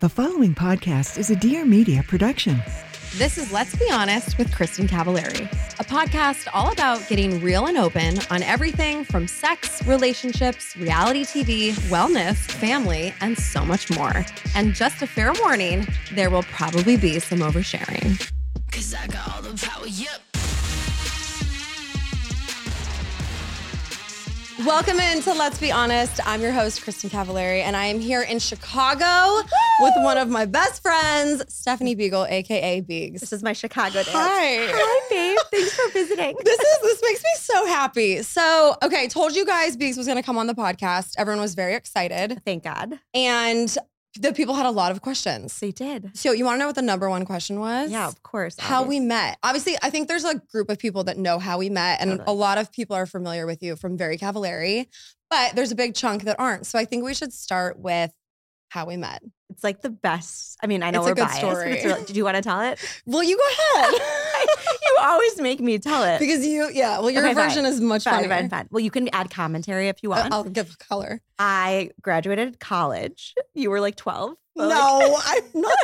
The following podcast is a Dear Media production. This is Let's Be Honest with Kristen Cavallari, a podcast all about getting real and open on everything from sex, relationships, reality TV, wellness, family, and so much more. And just a fair warning, there will probably be some oversharing. Cause I got all the power, yep. Welcome into Let's Be Honest. I'm your host, Kristen Cavallari, and I am here in Chicago with one of my best friends, Stephanie Beagle, aka Beegs. This is my Chicago dance. Hi. Hi, babe. Thanks for visiting. This is this makes me so happy. So, okay, told you guys Beegs was gonna come on the podcast. Everyone was very excited. Thank God. And the people had a lot of questions. They did. So you wanna know what the number one question was? Yeah, of course. How we obvious. met. Obviously, I think there's a group of people that know how we met, and Totally. a lot of people are familiar with you from Very Cavallari, but there's a big chunk that aren't. So I think we should start with how we met. It's like the best. I mean, I know It's a we're good biased. But it's story. really, did you want to tell it? Well, you go ahead. you always make me tell it. because you, yeah, well, your Okay, fine. version is much fun, funnier. Uh, oh. fun, fun. Well, you can add commentary if you I- want. I'll give color. I graduated college. You were like 12. but, like, no, I'm not.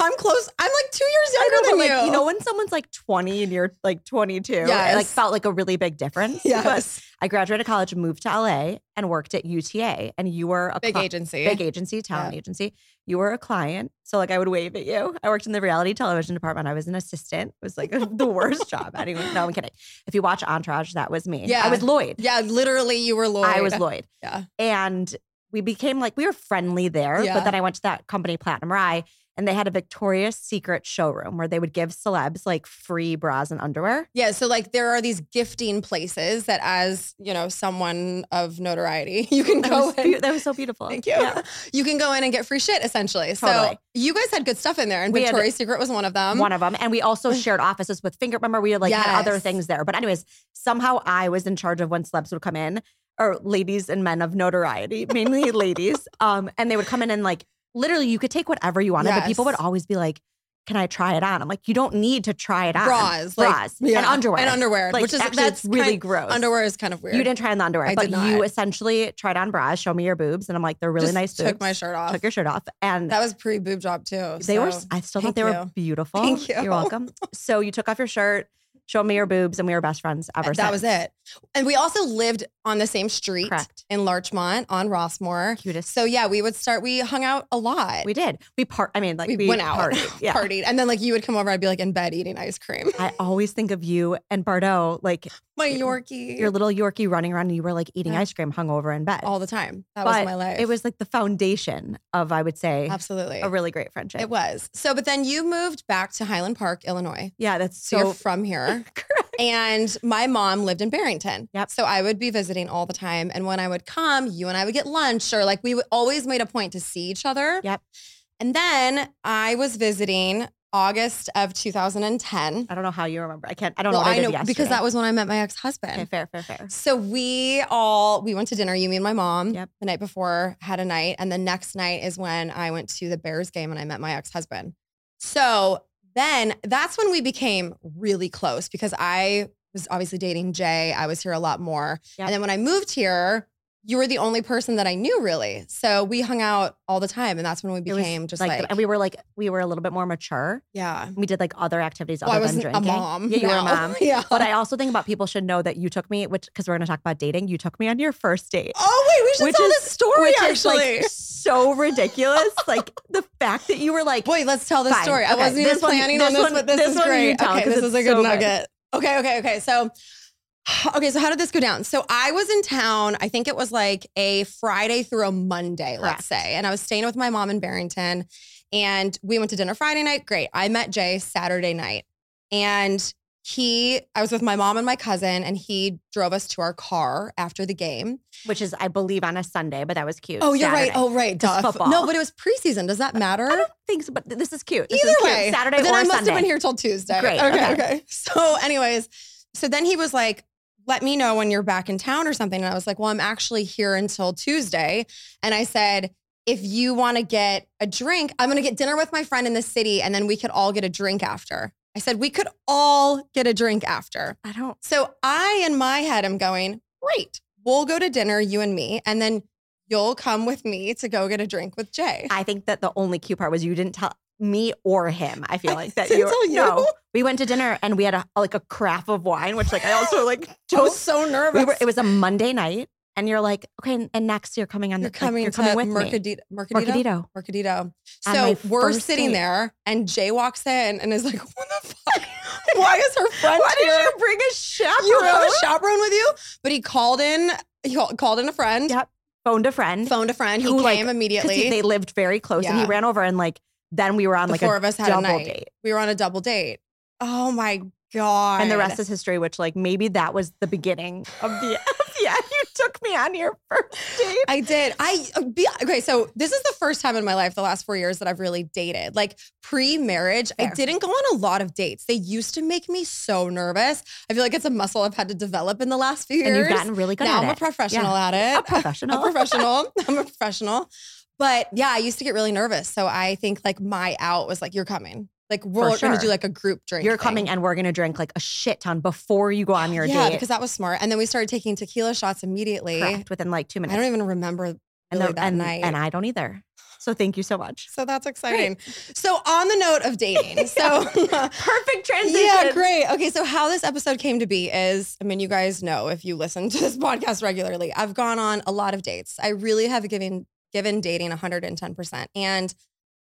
I'm close. I'm like two years I younger know, but, than like, you. you know, when someone's like 20 and you're like 22, it like Yes. felt like a really big difference. But yes, I graduated college, moved to LA, and worked at UTA. And you were a big cli- agency. big agency, talent agency. You were a client. So like I would wave at you. I worked in the reality television department. I was an assistant. It was like the worst job. Anyone no, I'm kidding. If you watch Entourage, that was me. Yeah. I was Lloyd. Yeah, literally, you were Lloyd. I was Lloyd. Yeah. And we became like we were friendly there. Yeah. But then I went to that company, Platinum Rye, and they had a Victoria's Secret showroom where they would give celebs like free bras and underwear. Yeah, so like there are these gifting places that, as you know, someone of notoriety, you can That go was, in. beau- that was so beautiful. Thank you. Yeah. You can go in and get free shit, essentially. So Totally. you guys had good stuff in there, and We had- Victoria's Secret was one of them. one of them. And we also shared offices with Finger. Remember, we like had other uh, Yes. things there. But anyways, somehow I was in charge of when celebs would come in, or ladies and men of notoriety, mainly ladies. Um, and they would come in and like literally, you could take whatever you wanted, but people would Yes. always be like, "Can I try it on?" I'm like, "You don't need to try it on." bras, like, bras, yeah, and underwear, and underwear, Like, which is actually, that's it's really kind- gross. Underwear is kind of weird. You didn't try on the underwear, I did but you not. essentially tried on bras. Show me your boobs, and I'm like, they're really Just nice. Took boobs. my shirt off. Took your shirt off, and that was pre boob job too. they were. so- s- I still thank think they were you. beautiful. Thank you. You're welcome. So you took off your shirt, showed me your boobs, and we were best friends ever That since. was it. And we also lived on the same street Correct. in Larchmont on Rossmore. Cutest. So yeah, we would start. We hung out a lot. we did. We part. I mean, like We we, went out, partied. Yeah. partied, and then like you would come over. I'd be like in bed eating ice cream. I always think of you and Bardo, like My Yorkie. your little Yorkie running around, and you were like eating Yeah. ice cream hungover in bed. all the time. That was But my life. It was like the foundation of, I would say, absolutely. a really great friendship. It was. So, but then you moved back to Highland Park, Illinois. Yeah, that's So, so. you're from here. and my mom lived in Barrington. Yep. So I would be visiting all the time. And when I would come, you and I would get lunch or like we would always made a point to see each other. Yep. And then I was visiting August of 2010. I don't know how you remember. I can't. I don't well, know. What I, I did know because yesterday. that was when I met my ex-husband. Okay, fair, fair, fair. So we all we went to dinner. You, me, and my mom. Yep. The night before had a night, and the next night is when I went to the Bears game and I met my ex husband. So then that's when we became really close because I was obviously dating Jay. I was here a lot more, Yep. and then when I moved here, you were the only person that I knew really. So we hung out all the time, and that's when we It was became just like, and we were like, we were a little bit more mature. yeah. We did like other activities Well, I other was than a drinking. mom. Oh Yeah, you were a now. mom. yeah. But I also think about people should know that you took me, which because we're going to talk about dating. You took me on your first date, oh wait, we should which tell is- this story which actually. is like so ridiculous. like the fact that you were like, Wait, let's tell this Fine. story. I Okay. wasn't even This one- planning this on this, one- but this, this is one you great. tell, okay, 'cause this is it's a good so good. nugget. Okay, okay, okay. So, okay, so how did this go down? So I was in town. I think it was like a Friday through a Monday, let's Correct. say, and I was staying with my mom in Barrington, and we went to dinner Friday night. Great. I met Jay Saturday night, and he, I was with my mom and my cousin, and he drove us to our car after the game. which is I believe on a Sunday, but that was cute. Oh, you're right. Saturday. Oh, right. Just Duh. football. No, but it was preseason. Does that matter? I don't think so, but th- this is cute. This Either is cute. way, Saturday But then or I must Sunday. have been here till Tuesday. Great, Okay, okay. okay. So, anyways, so then he was like, "Let me know when you're back in town or something." And I was like, "Well, I'm actually here until Tuesday." And I said, "If you want to get a drink, I'm going to get dinner with my friend in the city, and then we could all get a drink after." I said, "We could all get a drink after." I don't. So I, in my head, am going, "Great, we'll go to dinner, you and me, and then." you'll come with me to go get a drink with Jay. I think that the only cute part was you didn't tell me or him. I feel like that didn't you were- tell you? no. We went to dinner and we had a like a carafe of wine, which like I also like I was toast. so nervous. We were, it was a Monday night, and you're like, okay, and next you're coming on. you're like, coming you're coming to with me. Mercadito. Mercadito. Mercadito. Mercadito. On my So we're first sitting date. there, and Jay walks in and is like, "What the fuck? Why is her friend Why did here? you bring a chaperone? You have a chaperone with you?" But he called in. He call- called in a friend. Yeah. phoned a friend. Phoned a friend. He Who, came like, 'cause immediately. he- they lived very close, and he Yeah. ran over and like then we were on the like four a of us had a double night. date, We were on a double date. Oh my god! and the rest is history. Which like maybe that was the beginning of the yeah. You took me on your first date. I did. I uh, be, okay. So this is the first time in my life, the last four years, that I've really dated. Like pre-marriage, I Fair. didn't go on a lot of dates. They used to make me so nervous. I feel like it's a muscle I've had to develop in the last few years. and you've gotten really good now at I'm a it. professional at a it. professional. a professional. I'm a professional. But yeah, I used to get really nervous. So I think like my out was like, you're coming. Like we're sure. gonna do like a group drink. You're thing. coming and we're gonna drink like a shit ton before you go on your yeah, date. because that was smart. And then we started taking tequila shots immediately. Correct, within like two I minutes. don't even remember and, really that and, night. and I don't either. So thank you so much. So that's exciting. So on the note of dating, so Perfect transition. yeah, great. Okay, so how this episode came to be is, I mean, you guys know if you listen to this podcast regularly, I've gone on a lot of dates. I really have given given dating 110%. And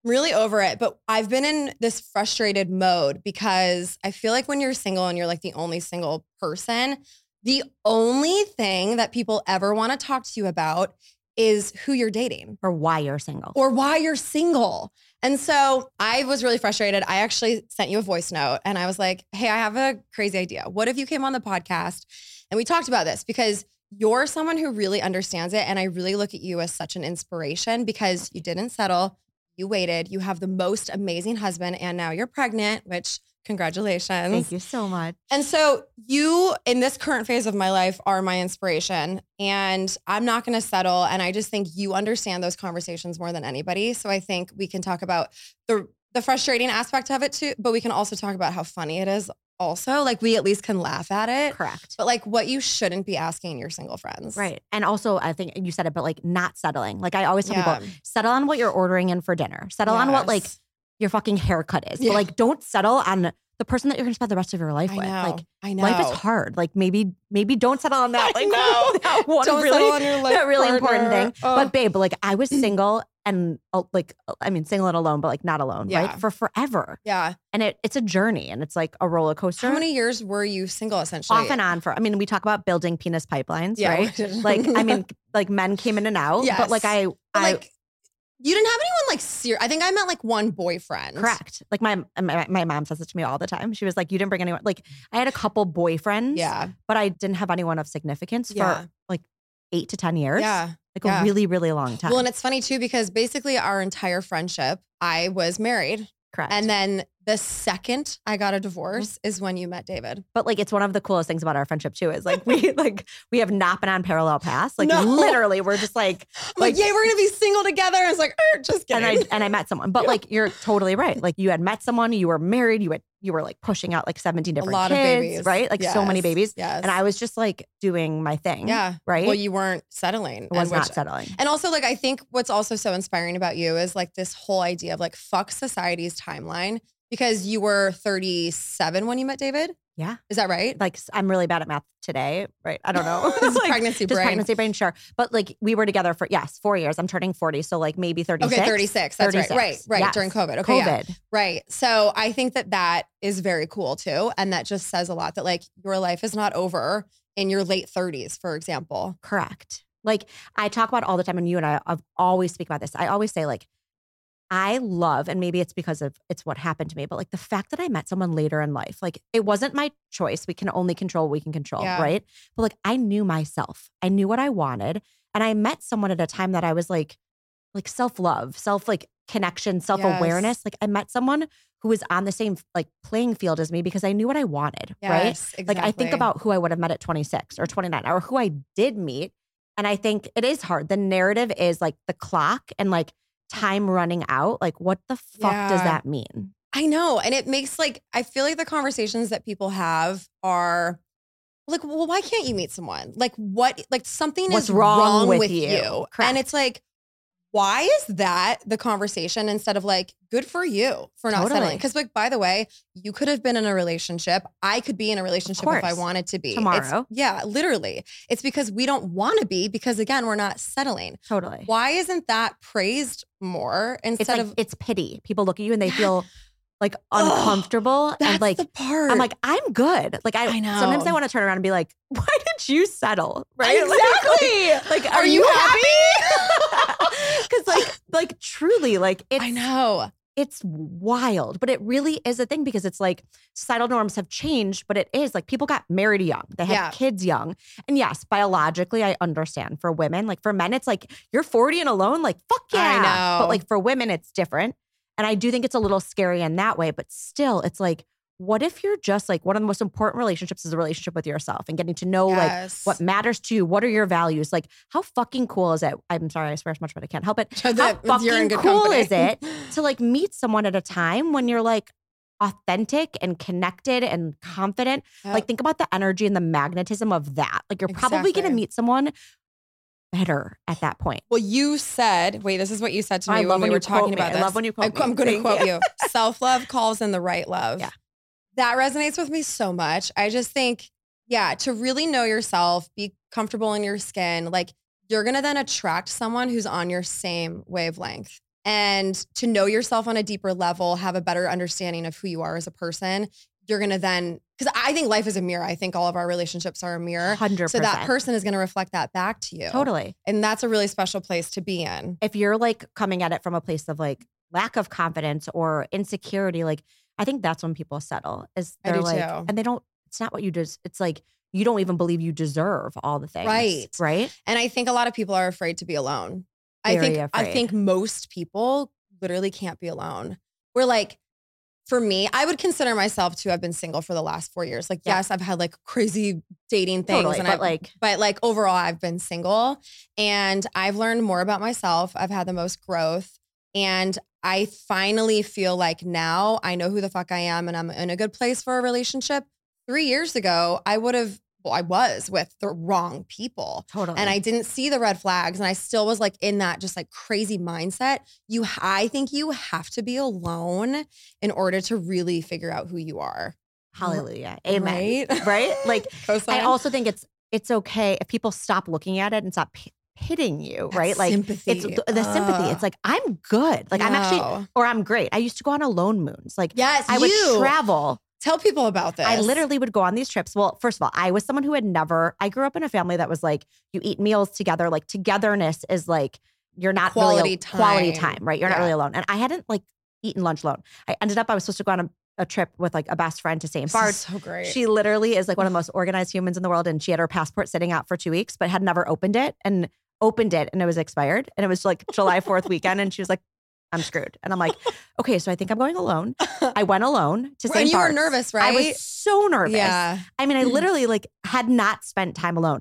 I'm really over it, but I've been in this frustrated mode because I feel like when you're single and you're like the only single person, the only thing that people ever want to talk to you about is who you're dating Or why you're single. or why you're single. And so I was really frustrated. I actually sent you a voice note and I was like, hey, I have a crazy idea. What if you came on the podcast and we talked about this? Because you're someone who really understands it. And I really look at you as such an inspiration because you didn't settle, you waited, you have the most amazing husband, and now you're pregnant, which congratulations. thank you so much. And so you in this current phase of my life are my inspiration and I'm not going to settle and I just think you understand those conversations more than anybody. So I think we can talk about the the frustrating aspect of it too, but we can also talk about how funny it is also. Like we at least can laugh at it. Correct. But like what you shouldn't be asking your single friends. Right. And also I think you said it, but like not settling. Like I always tell Yeah. people, settle on what you're ordering in for dinner. Settle on what like Yes. your fucking haircut is. Yeah. But like don't settle on the person that you're gonna spend the rest of your life I with. know. Like I know. life is hard. Like maybe maybe don't settle on that. I Like know. that one Don't really settle on your life Oh. that really important partner. thing. Ugh. But babe, like I was single and uh, like uh, I mean single and alone, but like not alone, Yeah. right? For forever. yeah. And it, it's a journey and it's like a roller coaster. How many years were you single essentially? off and on for I mean, we talk about building penis pipelines, Yeah. right? Like I mean like men came in and out. But like Yes. I But, I like you didn't have anyone like serious. I think I meant like one boyfriend. correct. Like my, my my mom says it to me all the time. She was like, You didn't bring anyone like I had a couple boyfriends, Yeah. but I didn't have anyone of significance Yeah. for like eight to ten years. Yeah. Like yeah. a really, really long time. Well, and it's funny too because basically our entire friendship, I was married, Correct. and then the second I got a divorce Mm-hmm. is when you met David. but like it's one of the coolest things about our friendship too is like we like we have not been on parallel paths. Like No. literally we're just like I'm like, Like- yay, we're gonna be single together. I was like, er, just kidding. and I and I met someone. But like you're totally right. Like you had met someone, you were married, you had you were like pushing out like 17 a different lot kids, of babies, right? Like so many Yes, babies. Yes. And I was just like doing my thing. yeah. Right. Well, you weren't settling. I was and which- not settling. And also, like, I think what's also so inspiring about you is like this whole idea of like fuck society's timeline because you were 37 when you met David. Yeah. Is that right? Like s- I'm really bad at math today, right? I don't know. This is Like, pregnancy just brain. pregnancy brain, sure. But like we were together for yes, four years. I'm turning 40. So like maybe 36. Okay, 36. That's right. Right, 36, right. yes. During COVID. Okay. Yeah. COVID. Right. So I think that that is very cool too. And that just says a lot that like your life is not over in your late 30s, for example. Correct. Like I talk about all the time, and you and I have always speak about this. I always say like, I love, and maybe it's because of it's what happened to me, but like the fact that I met someone later in life, like it wasn't my choice. We can only control what we can control, Yeah. right? But like I knew myself, I knew what I wanted, and I met someone at a time that I was like, like self love, self like connection, self awareness. Like I met someone who was on the same like playing field as me because I knew what I wanted, right? Yes, exactly. Like I think about who I would have met at 26 or 29 or who I did meet. And I think it is hard. The narrative is like the clock and like time running out. Like what the fuck does Yeah. that mean? I know. And it makes like, I feel like the conversations that people have are like, well, why can't you meet someone? Like, what? Like, something What's is wrong wrong, with with, you? you. Correct. And it's like, why is that the conversation instead of like, good for you for not Totally. settling? Because, like, by the way, you could have been in a relationship. I could be in a relationship if I course. wanted to be It's- Tomorrow. yeah, literally. It's because we don't want to be because again, we're not settling. Totally. Why isn't that praised more It's instead like, of it's pity. People look at you and they Yeah. feel like Ugh, uncomfortable that's and like the part? I'm like, I'm good. Like I, I know. sometimes I want to turn around and be like, why did you settle? Right? Like- exactly. Like, Are you happy? Because like, like truly, like I it's know. it's wild, but it really is a thing because it's like societal norms have changed, but it is like people got married young, they had Yeah. kids young, and yes, biologically, I understand for women. Like for men, it's like you're 40 and alone. Like fuck I yeah, but know. like for women, it's different, and I do think it's a little scary in that way. But still, it's like, what if you're just like one of the most important relationships is a relationship with yourself and getting to know Oh, like yes. what matters to you? What are your values? Like, how fucking cool is it? I'm sorry, I swear as much, but I can't help it. So that how you're in fucking good cool company. is it To like meet someone at a time when you're like authentic and connected and confident. Like, Yep. think about the energy and the magnetism of that. Like, you're probably going to Exactly. meet someone better at that point. well, you said, wait, this is what you said to I me love when we when were you quote talking me. about I this. love when you quote I- I'm me. going to Thank quote you. you. Self love calls in the right love. Yeah. That resonates with me so much. I just think, yeah, to really know yourself, be comfortable in your skin, like you're going to then attract someone who's on your same wavelength. And to know yourself on a deeper level, have a better understanding of who you are as a person, you're going to then, because I think life is a mirror. I think all of our relationships are a mirror. 100%. So that person is going to reflect that back to you. Totally. And that's a really special place to be in. If you're like coming at it from a place of like lack of confidence or insecurity, like, I think that's when people settle, is I they're do like, too. and they don't, it's not what you just, it's like, you don't even believe you deserve all the things. Right. Right. And I think a lot of people are afraid to be alone. I Very think I afraid. think most people literally can't be alone. We're like, for me, I would consider myself to have been single for the last four years. Like, Yeah. yes, I've had like crazy dating things Totally. and but I've like, but like overall i've been single and i've learned more about myself i've had the most growth and i finally feel like now i know who the fuck i am and i'm in a good place for a relationship three years ago i would have well i was with the wrong people totally. and i didn't see the red flags and i still was like in that just like crazy mindset you i think you have to be alone in order to really figure out who you are Hallelujah. Amen. Right? Right? Like I Cosign? also think it's it's okay if people stop looking at it and stop p- pitting you, That right? Like sympathy. it's th- the sympathy. Ugh. It's like I'm good. Like I'm actually No. or I'm great. I used to go on alone moons. Like yes I you. would travel. Tell people about this. I literally would go on these trips. Well, first of all, I was someone who had never I grew up in a family that was like you eat meals together, like togetherness is like you're not really, Quality quality time. time, right? You're not Yeah. really alone. And I hadn't like eaten lunch alone. I ended up I was supposed to go on a, a trip with like a best friend to St. This Bart's. is so great. She literally is like one of the most organized humans in the world. And she had her passport sitting out for two weeks, but had never opened it and opened it and it was expired. And it was like July 4th weekend. And she was like, I'm screwed. And I'm like, okay, so I think I'm going alone. I went alone to Right, St. and you were Bart's. nervous, right? I was so nervous. Yeah, Mm. I mean, I literally like had not spent time alone.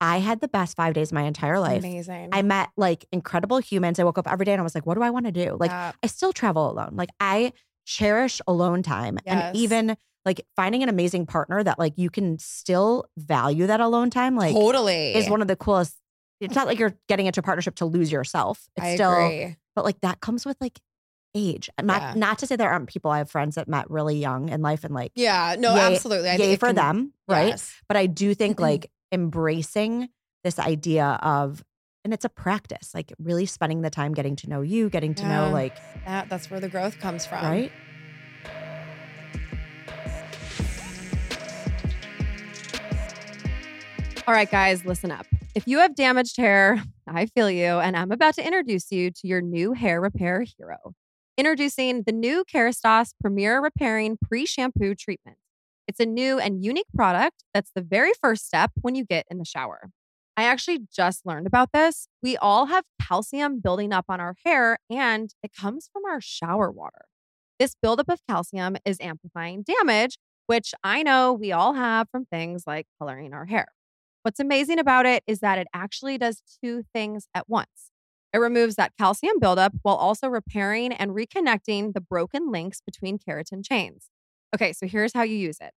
I had the best five days of my entire life. amazing. I met like incredible humans. I woke up every day and I was like, what do I want to do? Like Yeah. I still travel alone. Like I cherish alone time Yes. and even like finding an amazing partner that like you can still value that alone time like totally is one of the coolest. It's not like you're getting into a partnership to lose yourself. It's I still agree. but like that comes with like age. Not Yeah. not to say there aren't people I have friends that met really young in life and like Yeah, no, Yay- absolutely. I think yay it for can- them, right? Yes. Mm-hmm. But I do think like embracing this idea of and it's a practice, like really spending the time getting to know you, getting to know Yeah. um, like That, that's where the growth comes from. right? All right, guys, listen up. If you have damaged hair, I feel you, and I'm about to introduce you to your new hair repair hero. Introducing the new Kerastase Premier Repairing Pre Shampoo Treatment. It's a new and unique product that's the very first step when you get in the shower. I actually just learned about this. We all have calcium building up on our hair, and it comes from our shower water. This buildup of calcium is amplifying damage, which I know we all have from things like coloring our hair. What's amazing about it is that it actually does two things at once. It removes that calcium buildup while also repairing and reconnecting the broken links between keratin chains. Okay, so here's how you use it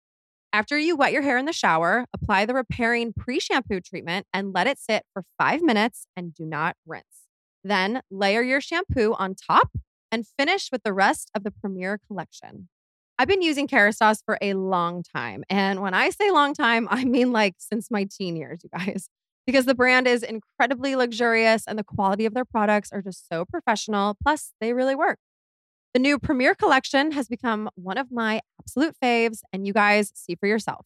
After you wet your hair in the shower, apply the repairing pre shampoo treatment and let it sit for five minutes and do not rinse. Then layer your shampoo on top and finish with the rest of the Premier collection. I've been using Kerastase for a long time. And when I say long time, I mean like since my teen years, you guys, because the brand is incredibly luxurious and the quality of their products are just so professional. Plus, they really work. The new Premier collection has become one of my absolute faves, and you guys see for yourself.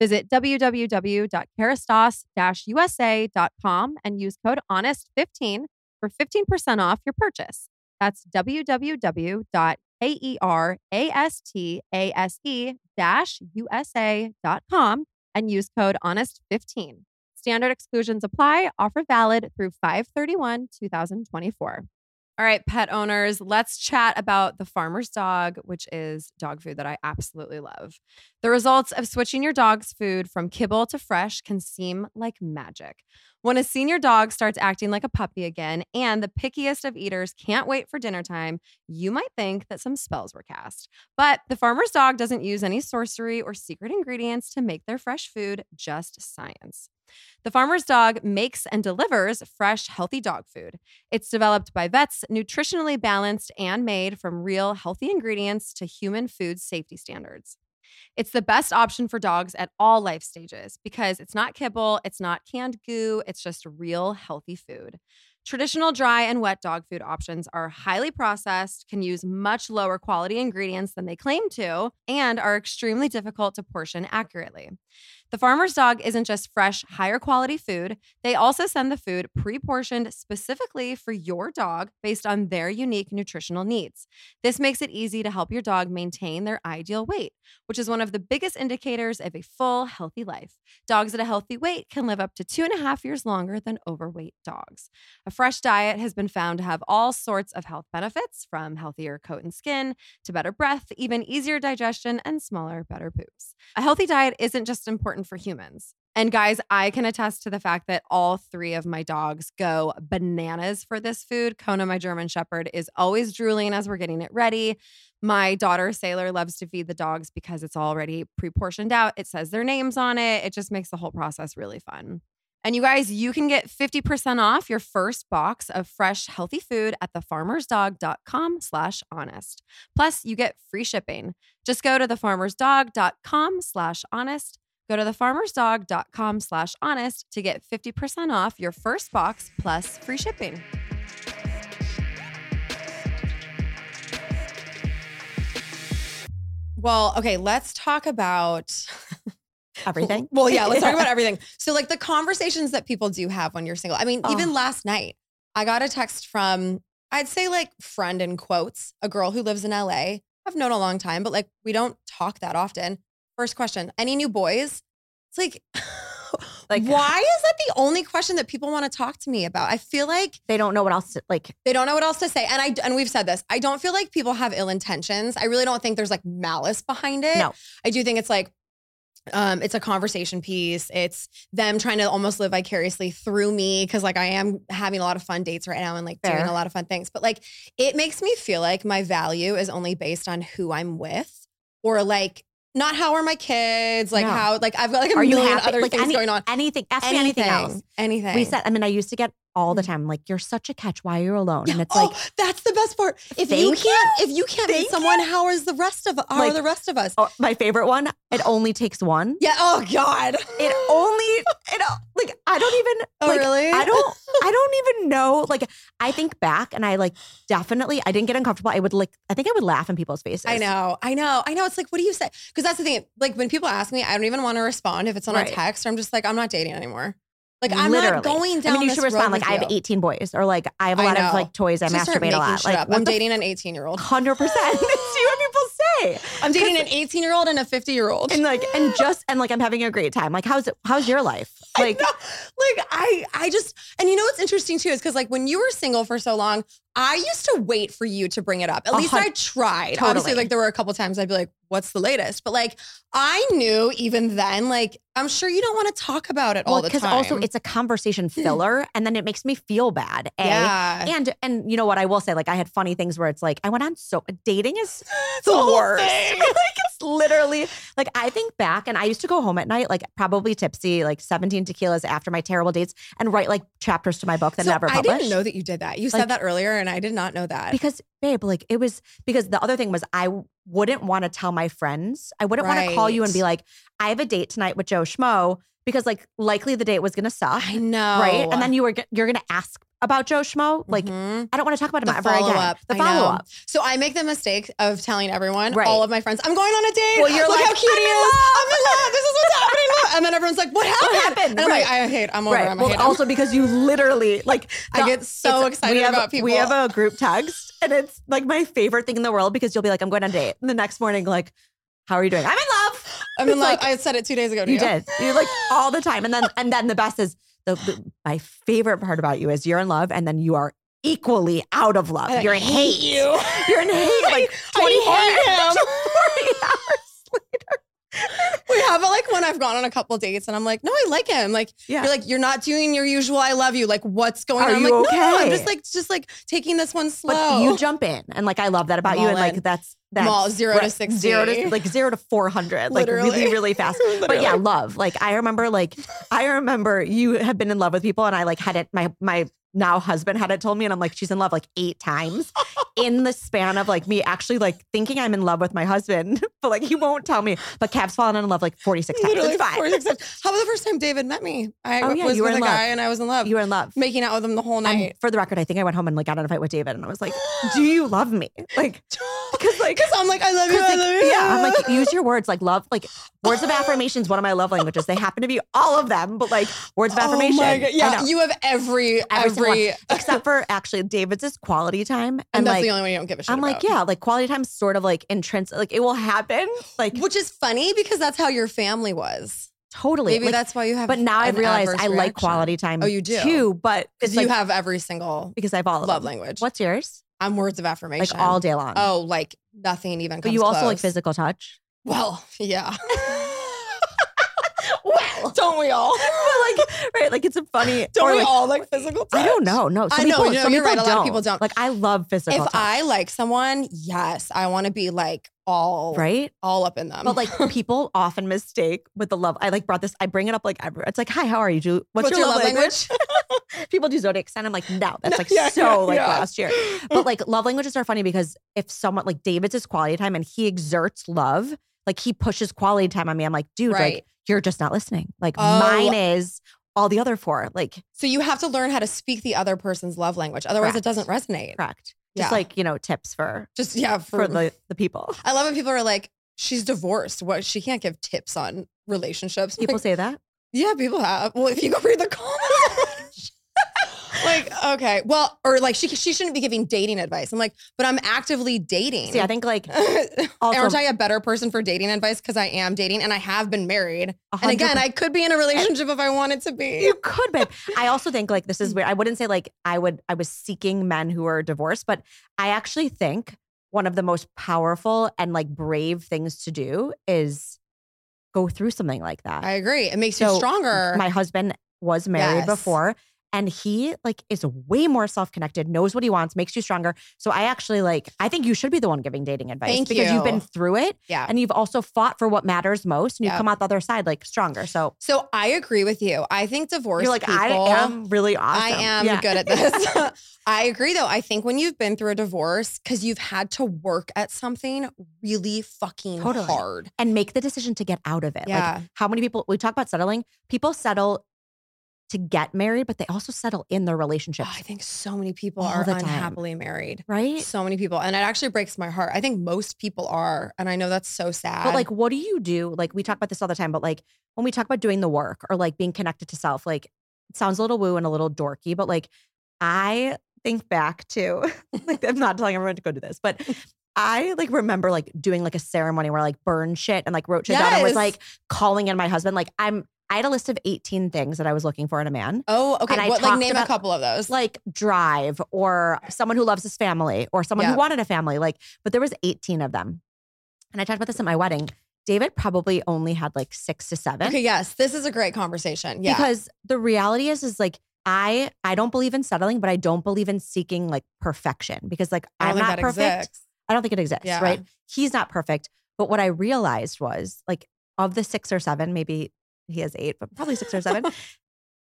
Visit www.kerastase-usa.com and use code HONEST15 for 15% off your purchase. That's E www.kerastase-usa.com and use code HONEST15. Standard exclusions apply. Offer valid through 531 2024. All right, pet owners, let's chat about the farmer's dog, which is dog food that I absolutely love. The results of switching your dog's food from kibble to fresh can seem like magic. When a senior dog starts acting like a puppy again and the pickiest of eaters can't wait for dinner time, you might think that some spells were cast. But the farmer's dog doesn't use any sorcery or secret ingredients to make their fresh food, just science. The farmer's dog makes and delivers fresh, healthy dog food. It's developed by vets, nutritionally balanced, and made from real, healthy ingredients to human food safety standards. It's the best option for dogs at all life stages because it's not kibble, it's not canned goo, it's just real, healthy food. Traditional dry and wet dog food options are highly processed, can use much lower quality ingredients than they claim to, and are extremely difficult to portion accurately. The farmer's dog isn't just fresh, higher quality food, they also send the food pre portioned specifically for your dog based on their unique nutritional needs. This makes it easy to help your dog maintain their ideal weight, which is one of the biggest indicators of a full, healthy life. Dogs at a healthy weight can live up to two and a half years longer than overweight dogs. A fresh diet has been found to have all sorts of health benefits, from healthier coat and skin to better breath, even easier digestion, and smaller, better poops. A healthy diet isn't just important for humans. And guys, I can attest to the fact that all three of my dogs go bananas for this food. Kona, my German Shepherd, is always drooling as we're getting it ready. My daughter, Sailor, loves to feed the dogs because it's already pre portioned out. It says their names on it. It just makes the whole process really fun. And you guys, you can get 50% off your first box of fresh, healthy food at thefarmersdog.com slash honest. Plus, you get free shipping. Just go to thefarmersdog.com slash honest. Go to thefarmersdog.com slash honest to get 50% off your first box plus free shipping. Well, okay, let's talk about Everything. Well, yeah, let's talk about everything. So, like the conversations that people do have when you're single. I mean, even Oh. last night, I got a text from, I'd say like friend in quotes, a girl who lives in LA. I've known a long time, but like we don't talk that often. First question Any new boys? It's like, Like- why is that the only question that people want to talk to me about? I feel like They don't know what else to like. they don't know what else to say. And I and we've said this. I don't feel like people have ill intentions. I really don't think there's like malice behind it. No. I do think it's like um it's a conversation piece. It's them trying to almost live vicariously through me cuz like I am having a lot of fun dates right now and like Fair. doing a lot of fun things. But like it makes me feel like my value is only based on who I'm with or like not how are my kids, like No. how like I've got like a Are you million happy? other Like things any- going on. Anything. Ask me anything else. Anything. Mm. We said, I mean, I used to get all the time, like, you're such a catch. Why are you alone? And it's oh, like, that's the best part. If you Thank can't, if you can't meet Thank someone, how is the rest of how are Like- the rest of us? oh, my favorite one, it only takes one. Yeah. Oh God. It only, it, o- like, I don't even, Oh, like, really? I don't, I don't even know. Like, I think back and I, like, definitely, I didn't get uncomfortable. I would, like, I think I would laugh in people's faces. I know. I know. I know. It's like, what do you say? Because that's the thing. Like when people ask me, I don't even want to respond if it's on a Right. text. Or I'm just like, I'm not dating anymore. Like I'm Literally. not going down. I mean, you this should road respond, like, with I have you. 18 boys, or like, I have a I lot know. of, like, toys. I Just start masturbate a making lot. shit Like, up. what I'm the dating an 18 year old. f- 100%. See what people say. I'm dating an 18 year old and a 50 year old. and like and just and like I'm having a great time. Like how's it how's your life? Like No, like I I just and you know what's interesting too is because like when you were single for so long, I used to wait for you to bring it up. At A least hun- I tried. Obviously, Uh-huh. Totally. like there were a couple times I'd be like, what's the latest? But like I knew even then, like, I'm sure you don't want to talk about it all Well, the because time. Hmm. also it's a conversation filler, and then it makes me feel bad. A. yeah. And and you know what I will say, like I had funny things where it's like I went on so dating is It's the a whole worst. thing. like it's literally like I think back and I used to go home at night, like probably tipsy, like 17 tequilas after my terrible dates, and write like chapters to my book that So never I published. didn't know that you did that. You Like- said that earlier, and I did not know that. because babe, like it was because the other thing was I wouldn't want to tell my friends. I wouldn't want to call you and be like, I have a date tonight with Joe Schmo because like likely the date was gonna suck. I know, Right. And then you were g- you're gonna ask about Joe Schmo. Like Mhm. I don't want to talk about him The ever again. follow-up, The I know. follow up. So I make the mistake of telling everyone, Right. all of my friends, I'm going on a date. Well, you're Look like, how cute "I'm he in is. I'm in love. This is what's happening. Love. And then everyone's like, what happened? happened? And I'm like, Right. I hate. I'm over. Right. I'm a Well, hater." also because you literally like I the- get so it's- excited we have, about people. We have a group text, and it's like my favorite thing in the world because you'll be like, "I'm going on a date," and the next morning, like, "How are you doing?" I'm in love. I'm in it's love. like- I said it two days ago. To you, You did. You're like all the time, and then and then the best is the, the my favorite part about you is you're in love, and then you are equally out of love. I you're in hate hate. you. You're in hate. Like I 24 hate him. 40 hours. We have like when I've gone on a couple dates and I'm like, no, I like him. Like Yeah. you're like, you're not doing your usual I love you. Like, what's going Are on? I'm you like, no, I'm okay? just like just like taking this one slow. But you jump in, and like I love that about I'm you, all and like in. that's that's all zero to right, zero to 60. like zero to four hundred, like really Literally. really fast. But yeah, love. Like I remember, like I remember you have been in love with people, and I like hadn't my my now husband hadn't told me, and I'm like she's in love like eight times in the span of like me actually like thinking I'm in love with my husband, but like he won't tell me. But Cav's fallen in love like forty six times. Literally It's fine. four, six times. How about the first time David met me? I Oh, yeah, was you were with a in love. guy and I was in love. You were in love. making out with him the whole And night. for the record, I think I went home and like got in a fight with David, and I was like, "Do you love me?" Like, because like Because I'm like, I love you, 'Cause, I like, love you. yeah, I'm like, use your words like love, like words of affirmations. One of my love languages. They happen to be all of them, but like words of oh affirmation. my god, I yeah. know. You have every Every single every, except for actually David's is quality time, and, and that's like the only one you don't give a shit. I'm like, about. yeah, like quality time's sort of like intrinsic. Like it will happen, like which is funny because that's how your family was. totally. Maybe Like, that's why you have. But now an I've realized adverse I like reaction. quality time. Oh, you do? too, but because it's you like- have every single because I've all of love them. language. What's yours? I'm words of affirmation, Like all day long. Oh, like nothing even. Comes but you also like close. physical touch. Well, yeah. well, don't we all? but like, right? Like, it's a funny. Don't or, we like, all like physical? Touch? I don't know. No, some I know, people, no, some you're people right. A Don't. lot of people don't. Like, I love If physical touch, I like someone, yes, I want to be like all right? all up in them. But like, people often mistake with the love. I like brought this. I bring it up like every. It's like, hi, how are you? Do what's, your, love language? people do zodiac sign. I'm like, no, that's like yeah, so yeah, like yeah. last year. But like, love languages are funny because if someone like David's is quality time and he exerts love, like he pushes quality time on me. I'm like, dude, like Right. you're just not listening. Like Oh. mine is all the other four. Like so you have to learn how to speak the other person's love language. Otherwise, it Correct. doesn't resonate. correct. Just Yeah. like you know, tips for Just yeah. For, for the the people. I love when people are like, "She's divorced. What? She can't give tips on relationships." I'm People like, say that. yeah, people have. Well, if you go read the comments. Like okay, well, or like she she shouldn't be giving dating advice. I'm like, but I'm actively dating. See, I think like And aren't also I a better person for dating advice because I am dating and I have been married? And 100% again, I could be in a relationship if I wanted to be. you could, babe. I also think like this is weird. I wouldn't say like I would I was seeking men who were divorced, but I actually think one of the most powerful and like brave things to do is go through something like that. I agree. It makes So, you stronger. My husband was married Yes. before and he like is way more self-connected, knows what he wants, makes you stronger. So I actually like I think you should be the one giving dating advice Thank because have you. been through it yeah. and you've also fought for what matters most and you Yeah. come out the other side like stronger. So so I agree with you. I think divorce. You're like, people, I am really awesome. I am Yeah. good at this. I agree though. I think when you've been through a divorce, because you've had to work at something really fucking Totally. hard. And make the decision to get out of it. Yeah. Like how many people we talk about settling, people settle to get married, but they also settle in their relationships. Oh, I think so many people All are the time. unhappily married. right? So many people. And it actually breaks my heart. I think most people are. And I know that's so sad. But like, what do you do? Like, we talk about this all the time, but like, when we talk about doing the work or like being connected to self, like, it sounds a little woo and a little dorky, but like, I think back to, like, I'm not telling everyone to go do this, but I like remember like doing like a ceremony where I, like burned shit and like wrote shit down and was Yes. like calling in my husband. Like, I'm, I had a list of 18 things that I was looking for in a man. Oh, okay. And I What, like talked name a about- couple of those. Like drive or someone who loves his family or someone Yeah. who wanted a family. Like, but there was 18 of them. And I talked about this at my wedding. David probably only had like six to seven. okay, yes, this is a great conversation. Yeah, Because the reality is, is like I I don't believe in settling, but I don't believe in seeking like perfection because like I I'm don't think not that perfect. exists. I don't think it exists, Yeah. right? He's not perfect. But what I realized was like of the six or seven, maybe he has eight, but probably six or seven,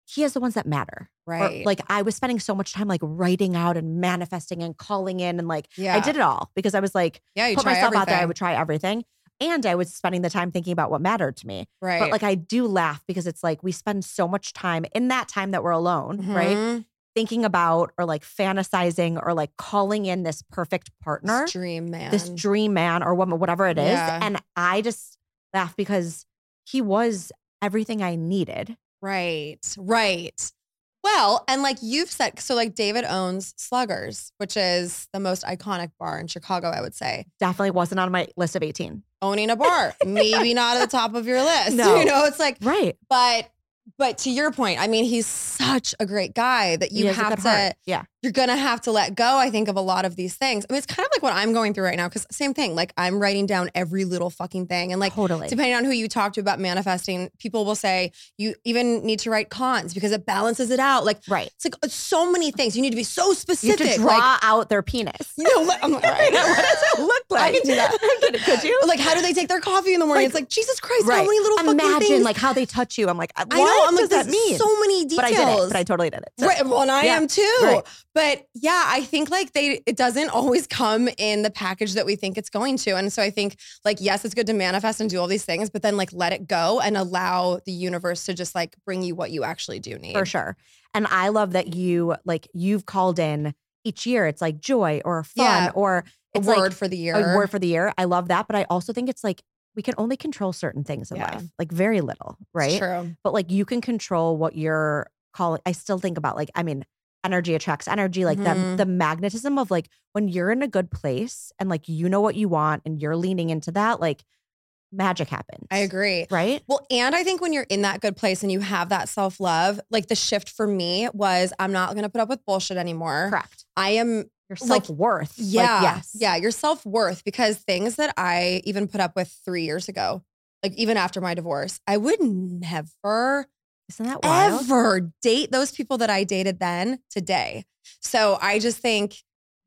he has the ones that matter. Or, right? like I was spending so much time like writing out and manifesting and calling in and like yeah, I did it all because I was like Yeah, you put try myself everything. out there, I would try everything. And I was spending the time thinking about what mattered to me. right, But like I do laugh because it's like we spend so much time in that time that we're alone, right? Mhm. Thinking about or like fantasizing or like calling in this perfect This partner dream man, this dream man or woman, whatever it is. Yeah. And I just laugh because he was everything I needed. Right, right. Well, and like you've said, so like David owns Sluggers, which is the most iconic bar in Chicago, I would say. Definitely wasn't on my list of 18. Owning a bar, maybe not at the top of your list. No. You know, it's like, Right. but but to your point, I mean, he's such a great guy that you have to Yeah. you're gonna have to let go, I think, of a lot of these things. I mean, it's kind of like what I'm going through right now, because same thing. Like I'm writing down every little fucking thing. And like totally. depending on who you talk to about manifesting, people will say you even need to write cons because it balances it out. Like right. it's like it's so many things. You need to be so You specific. have to draw Like, out their penis. you know, like- I'm like, all right. what does it look like? I can do that. I'm kidding. Could you? Like, how do they take their coffee in the morning? Like, it's like Jesus Christ, how right. many little fucking Imagine things? like how they touch you. I'm like, what I know. I'm like, does that there's mean? so many details. but I did it. But I totally did it. So, Right, well, and I yeah, am too. right. But yeah, I think like they, it doesn't always come in the package that we think it's going to. And so I think like, yes, it's good to manifest and do all these things, but then like let it go and allow the universe to just like bring you what you actually do need. for sure. And I love that you like you've called in each year. It's like joy or fun Yeah. or A it's word like for the year. a word for the year. I love that, but I also think it's like we can only control certain things in Yeah. life, like very little, It's right? True. But like you can control what you're calling. I still think about like I mean, energy attracts energy. Like Mhm. the the magnetism of like when you're in a good place and like you know what you want and you're leaning into that, like magic happens. I agree. right? Well, and I think when you're in that good place and you have that self love, like the shift for me was I'm not going to put up with bullshit anymore. Correct. I am Your Like, self worth. Yeah. Like, yes. Yeah. Your self worth, because things that I even put up with three years ago, like even after my divorce, I would never, Isn't that wild? ever date those people that I dated then today. So I just think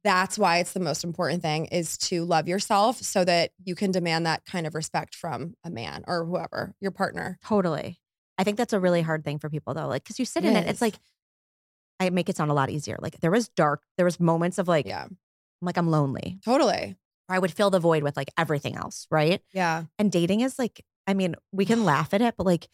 that's why it's the most important thing is to love yourself so that you can demand that kind of respect from a man or whoever, your partner. Totally. I think that's a really hard thing for people though. Like, cause you sit in it, It is. it's like, I make it sound a lot easier. Like there was dark, there was moments of like, Yeah. I'm like, I'm lonely. Totally. Or I would fill the void with like everything else. Right. Yeah. And dating is like, I mean, we can laugh at it, but like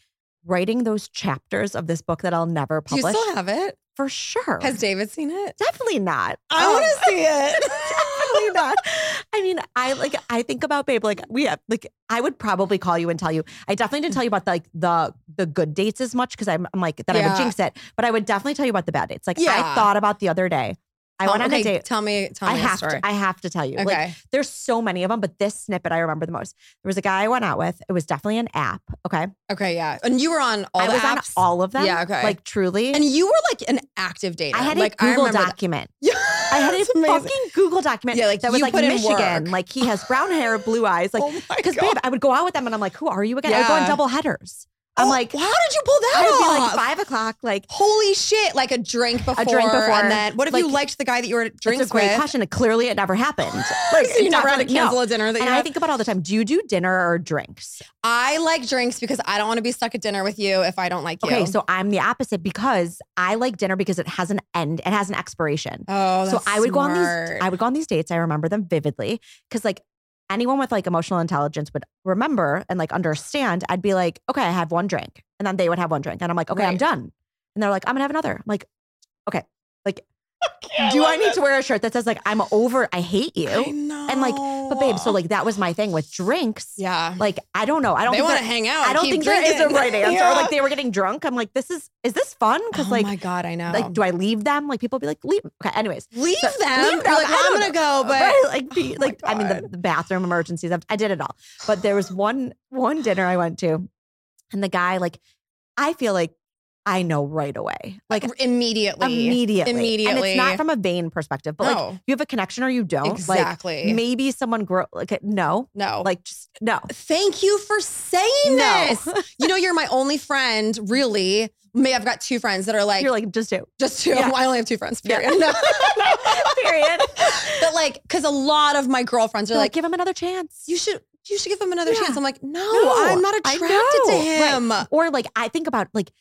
writing those chapters of this book that I'll never Do you publish still have it? for sure. Has David seen it? Oh. definitely not. I Um, want to see it. Definitely not. I mean, I like I think about babe, like we have like I would probably call you and tell you. I definitely didn't tell you about like the the good dates as much because I'm I'm like that I would Yeah. jinx it, but I would definitely tell you about the bad dates. Like Yeah. I thought about the other day. I Tell- went on okay, a date. Tell me, tell I me a have story. to I have to tell you. okay. Like there's so many of them, but this snippet I remember the most. There was a guy I went out with. It was definitely an app. Okay. Okay, yeah. And you were on all I the was apps. on all of them. Yeah, okay. Like truly. and you were like an active dater. I had a like, Google remember that. document. Yeah, I had a it's amazing. fucking Google document Yeah, like, that was you like put in Michigan. work. Like he has brown hair, blue eyes. Like oh my because god. babe, I would go out with them and I'm like, who are you again? I would go Yeah. on double headers. I'm Oh, like, how did you pull I that would be off? like five o'clock. Like Holy shit! Like a drink before, before. and then what if you Like, liked the guy that you were drinking it's a great with? question. and Clearly, it never happened. Like so you never had to definitely- no. cancel a dinner that And you I had. think about all the time. Do you do dinner or drinks? I like drinks because I don't want to be stuck at dinner with you if I don't like you. Okay, so I'm the opposite because I like dinner because it has an end. It has an expiration. oh, so that's I would go on smart. these. I would go on these dates. I remember them vividly because like anyone with like emotional intelligence would remember and like understand. I'd be like, okay, I have one drink, and then they would have one drink, and I'm like, okay, I'm Right. done. And they're like, I'm gonna have another. I'm like, okay, like, do I need to wear a shirt that says like I'm over? I hate you. I know. And, like, But babe, so like that was my thing with drinks. yeah, Like I don't know. I don't. they think want to that- hang out. I don't Oh, keep think drinking. there is a right answer. Yeah. Like they were getting drunk. I'm like, this is is this fun? Because oh like my god, I know. like do I leave them? Like people be like leave. Okay, anyways. leave So- them. leave You're them. Like, I don't I'm gonna go, but Right, like be, Oh my like I mean the, God. the bathroom emergencies. I, I did it all. But there was one one dinner I went to, and the guy like I feel like I know right away. Like immediately. immediately. And Immediately. it's not from a vain perspective, but like no, you have a connection or you don't. exactly. Like maybe someone grow like no. no. Like just no. Thank you for saying No. this. You know, you're my only friend, really. May I've got two friends that are like, You're like just do. just two. Yeah. I only have two friends. Yeah. Period. No. Period. but like, because a lot of my girlfriends are They're like, like, give him another chance. you should, you should give him another Yeah. chance. I'm like, no, No, I'm not I attracted to know. Right. him. or like I think about like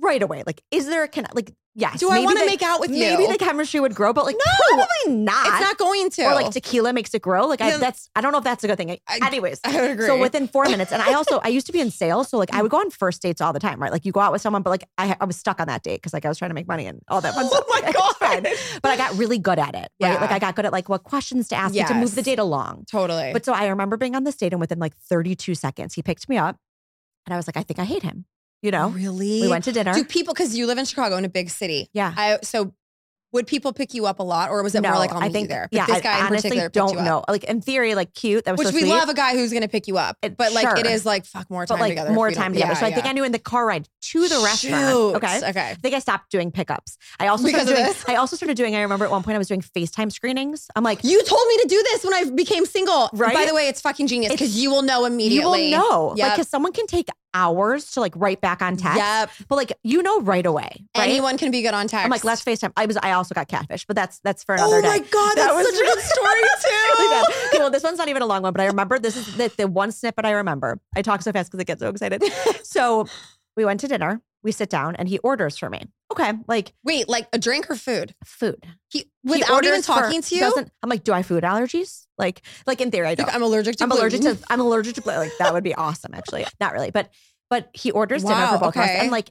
right away. Like, is there a connect? Like, yes. Do I maybe want to they- make out with you? Maybe the chemistry would grow, but like No. probably not. it's not going to. Or like tequila makes it grow. Like I, Then- that's I don't know if that's a good thing. Like, I- Anyways, I would agree. so within four minutes, and I also I used to be in sales, so like I would go on first dates all the time, right? Like you go out with someone, but like I I was stuck on that date because like I was trying to make money and all that fun stuff. oh my It's god, fine. But I got really good at it, Yeah. right? Like I got good at like what questions to ask you to move the Yes. date along. totally. But so I remember being on this date, and within like 32 seconds, he picked me up, and I was like, I think I hate him. You know, really, we went to dinner. do people because you live in Chicago in a big city? yeah. I so would people pick you up a lot, or was it more like I'll meet you there? But yeah, this guy I in honestly particular picked don't you up. know. Like in theory, like cute. That was Which so we sweet, love a guy who's going to pick you up, It- but like it sure. is like fuck more time but like together. more for you to- time together. Yeah, so I think yeah. I knew in the car ride to the Shoot. restaurant. Okay. okay. I think I stopped doing pickups. I also Because started of doing, this? I also started doing. I remember at one point I was doing FaceTime screenings. I'm like, You told me to do this when I became single. Right? By the way, it's fucking genius because It's- you will know you will immediately. know, like, Yep. because someone can take hours to like write back on text, Yep. but like you know right away, right? Anyone can be good on text. I'm like, let's FaceTime. I was. I also got catfish, but that's that's for another Oh day. my god, That that's was such a good really bad. story too. Okay, well, this one's not even a long one, but I remember this is the, the one snippet I remember. I talk so fast because I get so excited. So we went to dinner, we sit down, and he orders for me. Okay, like Wait, like a drink or food? food. He He without even orders for- talking to you. doesn't- I'm like, do I have food allergies? Like, like in theory, I don't. Like, I'm allergic to. I'm allergic gluten. to. I'm allergic to. glu- Like that would be awesome, actually. Not really, but but he orders dinner Wow, for both of us, okay. and like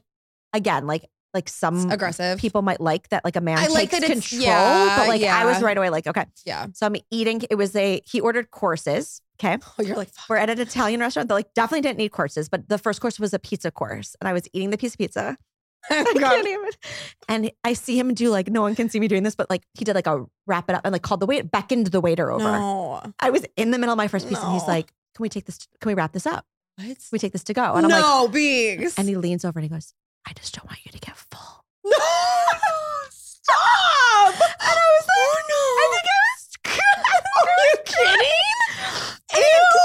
again, like like some aggressive. people might like that, like a man I like takes that it's- control, yeah, but like I was yeah. right away, like okay. Yeah. So I'm eating. It was a he ordered courses. Okay. Oh, you're like fuck. We're at an Italian restaurant. They like definitely didn't need courses, but the first course was a pizza course, and I was eating the piece of pizza. Oh I can't even. And I see him do like no one can see me doing this, but like he did like a wrap it up and like called the wait beckoned the waiter over. No. I was in the middle of my first piece, and he's No. like, "Can we take this? Can we wrap this up? What? Can we take this to go?" And I'm like, no, Biggs. and he leans over and he goes, "I just don't want you to get full." no. Stop. And I was like, I think I was. Oh, Are you kidding? Ew.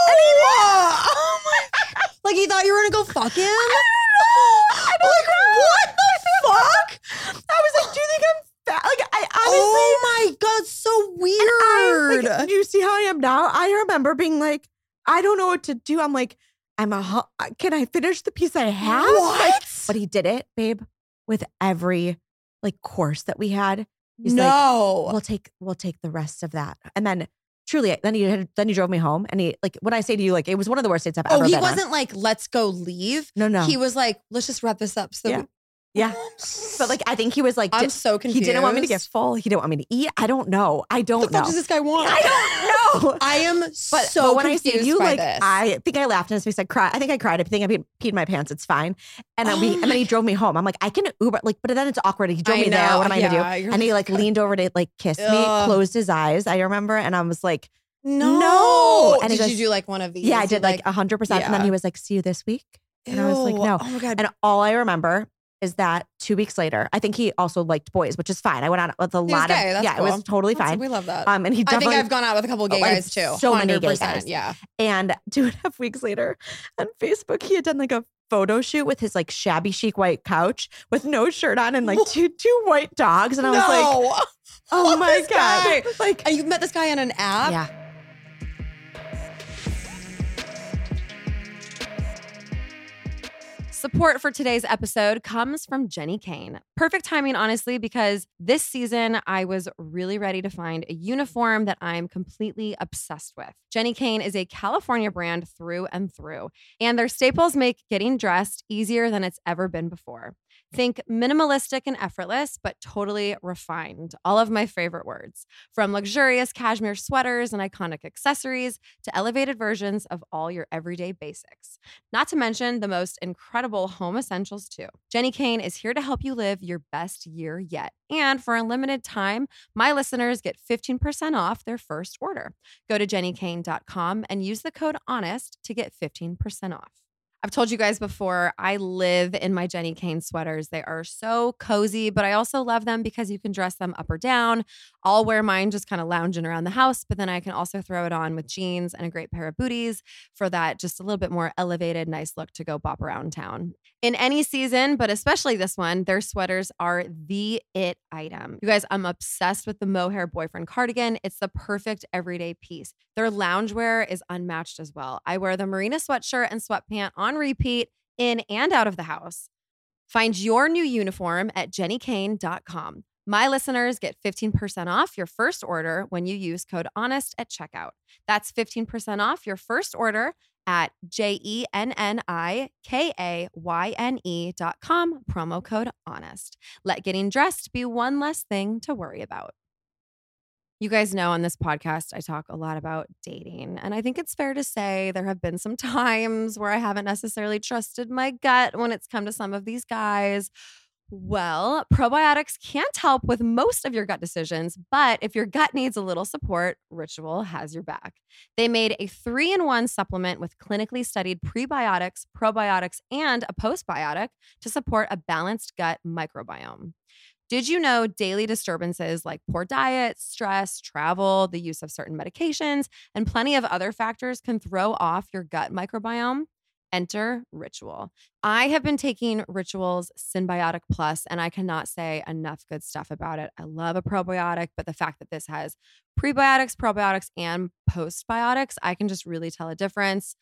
Oh my god. Like he thought you were gonna go fuck him? I don't know. like what the fuck? I was like, "Do you think I'm fat?" Like I honestly. Oh my god, it's so Oh, weird. I, like, you see how I am now? I remember being like, I don't know what to do. I'm like, I'm a. hu- Can I finish the piece I have? Like, what? but he did it, babe, with every like course that we had. He's like, no. we'll take we'll take the rest of that, and then truly, then he had, then he drove me home, and he like when I say to you, like it was one of the worst dates I've oh, ever he been on. wasn't like, let's go leave. No, no, He was like, let's just wrap this up. So Yeah. Yeah. but like I think he was like I'm di- so confused. he didn't want me to get full. He didn't want me to eat. I don't know. I What don't the fuck know. does this guy want? I don't know. I am But so but when I confused see you, by like this. I think I laughed in his face. I cried. I think I cried. I think I pe- peed my pants. It's fine. And then Oh we and my then he drove me home. I'm like, I can Uber. Like, but then it's awkward. He drove I me there. know. What am I gonna Yeah, do? you're And he like just- leaned over to like kiss me, Ugh. closed his eyes. I remember, and I was like, No. No. And he did goes- you do like one of these? Yeah, I Is did it, like hundred percent. And then yeah. he was like, See you this week. and I was like, ew. no. Oh my god. And all I remember is that two weeks later, I think he also liked boys, which is fine. I went out with a was lot gay. of That's yeah, it was cool. totally That's- fine. We love that. Um, and I he definitely think I've gone out with a couple gay Oh, I have guys too. so many gay 100%, guys. Yeah. And two and a half weeks later on Facebook, he had done like a photo shoot with his like shabby chic white couch with no shirt on and like two two white dogs. And I was like, like, oh my this God. Like and you met this guy on an app. yeah. Support for today's episode comes from Jenny Kane. Perfect timing, honestly, because this season I was really ready to find a uniform that I'm completely obsessed with. Jenny Kane is a California brand through and through, and their staples make getting dressed easier than it's ever been before. Think minimalistic and effortless, but totally refined. All of my favorite words, from luxurious cashmere sweaters and iconic accessories to elevated versions of all your everyday basics not to mention the most incredible home essentials too. Jenny Kane is here to help you live your best year yet. And for a limited time, my listeners get 15% off their first order. Go to jennykane.com and use the code HONEST to get 15% off. I've told you guys before, I live in my Jenny Kane sweaters. They are so cozy, but I also love them because you can dress them up or down. I'll wear mine just kind of lounging around the house, but then I can also throw it on with jeans and a great pair of booties for that just a little bit more elevated, nice look to go bop around town. In any season, but especially this one, their sweaters are the it item. You guys, I'm obsessed with the mohair boyfriend cardigan. It's the perfect everyday piece. Their loungewear is unmatched as well. I wear the marina sweatshirt and sweatpant on repeat in and out of the house. Find your new uniform at jennykane.com. My listeners get 15% off your first order when you use code HONEST at checkout. That's 15% off your first order at J E N N I K A Y N E dot com, promo code HONEST. Let getting dressed be one less thing to worry about. You guys know on this podcast, I talk a lot about dating. And I think it's fair to say there have been some times where I haven't necessarily trusted my gut when it's come to some of these guys. Well, probiotics can't help with most of your gut decisions, but if your gut needs a little support, Ritual has your back. They made a three in one supplement with clinically studied prebiotics, probiotics, and a postbiotic to support a balanced gut microbiome. Did you know daily disturbances like poor diet, stress, travel, the use of certain medications, and plenty of other factors can throw off your gut microbiome? Enter Ritual. I have been taking Ritual's Symbiotic Plus, and I cannot say enough good stuff about it. I love a probiotic, but the fact that this has prebiotics, probiotics, and postbiotics, I can just really tell a difference.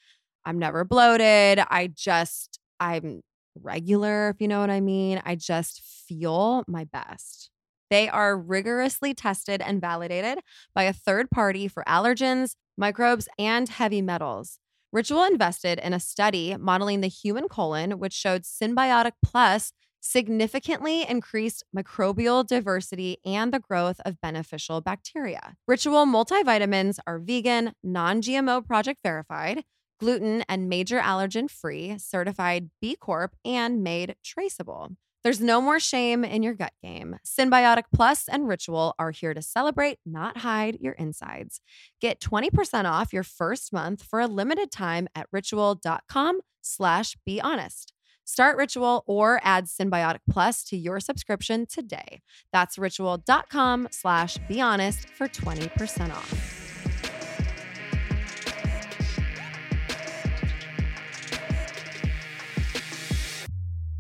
I'm never bloated. I just, I'm regular, if you know what I mean. I just feel my best. They are rigorously tested and validated by a third party for allergens, microbes, and heavy metals. Ritual invested in a study modeling the human colon, which showed Symbiotic Plus significantly increased microbial diversity and the growth of beneficial bacteria. Ritual multivitamins are vegan, non GMO project verified gluten and major allergen free, certified B Corp, and made traceable. There's no more shame in your gut game. Symbiotic Plus and Ritual are here to celebrate, not hide your insides. Get 20% off your first month for a limited time at ritual.com slash be honest. Start Ritual or add Symbiotic Plus to your subscription today. That's ritual.com slash be honest for 20% off.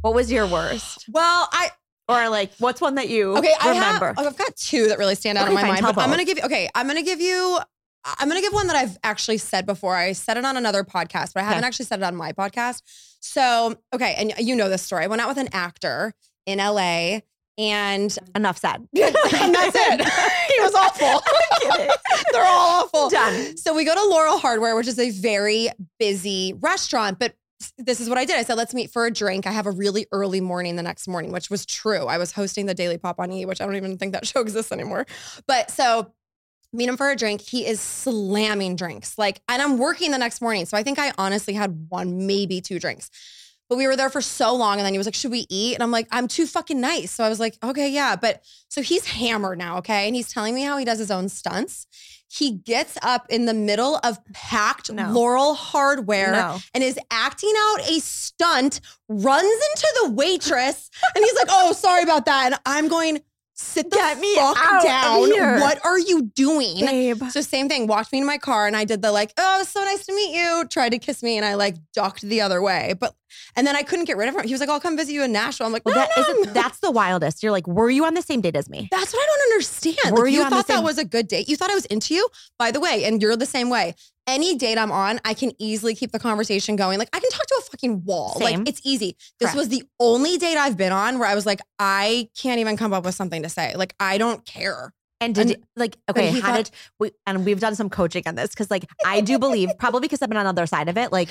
What was your worst? Well, I Or like, what's one that you okay. I have. oh, remember? I've got two that really stand out Okay, in my fine, mind. tell But I'm both. gonna give you. Okay, I'm gonna give you. I'm gonna give one that I've actually said before. I said it on another podcast, but I haven't Okay. actually said it on my podcast. So okay, and you know this story. I went out with an actor in LA, and Enough said. and that's it. he was awful. They're all awful. Done. So we go to Laurel Hardware, which is a very busy restaurant, but this is what I did. I said, let's meet for a drink. I have a really early morning the next morning, which was true. I was hosting the Daily Pop on E, which I don't even think that show exists anymore. But so meet him for a drink. He is slamming drinks. Like, and I'm working the next morning. So I think I honestly had one, maybe two drinks. But we were there for so long. And then he was like, should we eat? And I'm like, I'm too fucking nice. So I was like, okay, yeah. But so he's hammered now, okay? And he's telling me how he does his own stunts. He gets up in the middle of packed No. Laurel hardware No. and is acting out a stunt, runs into the waitress, and he's like, "Oh, sorry about that." And I'm going, "Sit the Get me fuck out of down! here." What are you doing?" Babe. So same thing, walked me to my car, and I did the like, "Oh, so nice to meet you." Tried to kiss me, and I like ducked the other way, but and then I couldn't get rid of him. He was like, "I'll come visit you in Nashville." I'm like, "No, Well, that no, isn't, no." that's the wildest. You're like, were you on the same date as me? That's what I don't understand. Were like, you you, on the thought that same- was a good date. You thought I was into you, by the way, and you're the same way. Any date I'm on, I can easily keep the conversation going. Like I can talk to a fucking wall. Same. Like it's easy. This Correct. was the only date I've been on where I was like, I can't even come up with something to say. Like I don't care. And did And- you- like okay, he how thought- did we and we've done some coaching on this because like I do believe probably because I've been on the other side of it, like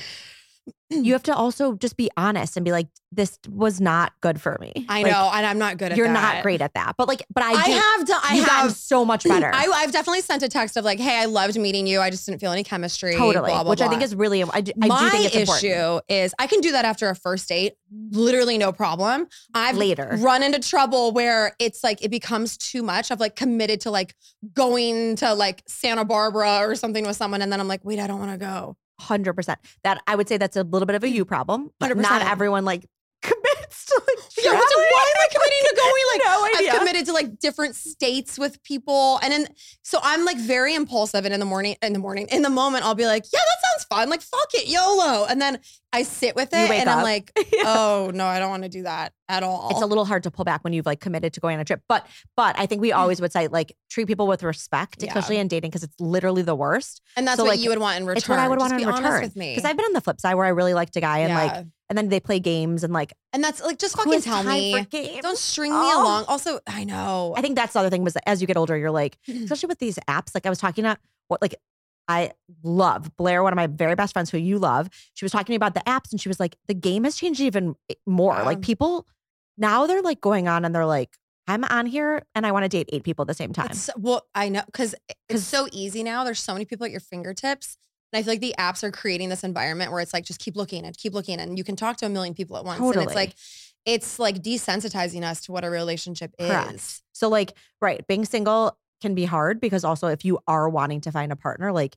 you have to also just be honest and be like, this was not good for me. I Like, know, and I'm not good at you're that. not great at that. But like, but I, I do, have done. I you gotten have. so much better. I, I've definitely sent a text of like, "Hey, I loved meeting you. I just didn't feel any chemistry." totally, blah, blah, which I think blah. is really I do, I My do think it's issue important. is I can do that after a first date, literally no problem. I've Later, run into trouble where it's like it becomes too much. I've like committed to like going to like Santa Barbara or something with someone, and then I'm like, wait, I don't want to go. Hundred percent. That I would say that's a little bit of a you problem. But not 100%. everyone like commits to like. Yeah, what's- traveling. why am I committing to going like no idea. I've committed to like different states with people, and then so I'm like very impulsive. And in the morning, in the morning, in the moment, I'll be like, "Yeah, that sounds fun. Like, fuck it, YOLO." And then I sit with it, You wake and I'm up. like, "Oh no, I don't want to do that at all." it's a little hard to pull back when you've like committed to going on a trip. But but I think we always would say like treat people with respect, Mm. Yeah. especially in dating, because it's literally the worst. and that's so, what like, you would want in return. It's what I would Just want in be honest return. with me, Because I've been on the flip side where I really liked a guy and Yeah. like and then they play games and like and that's like just who fucking has tell time me. for games? Don't string me Oh. along. Also, I know. I think that's the other thing was that as you get older, you're like, Mm. especially with these apps. Like I was talking to what like I love Blair, one of my very best friends who you love. She was talking to me about the apps, and she was like, the game has changed even more. Yeah. Like people now they're like going on and they're like, I'm on here and I want to date eight people at the same time. It's, well, I know because it's 'Cause- so easy now. There's so many people at your fingertips. And I feel like the apps are creating this environment where it's like just keep looking and keep looking and you can talk to a million people at once. And Totally. it's like it's like desensitizing us to what a relationship is. Correct. So like, right, being single can be hard because also if you are wanting to find a partner, like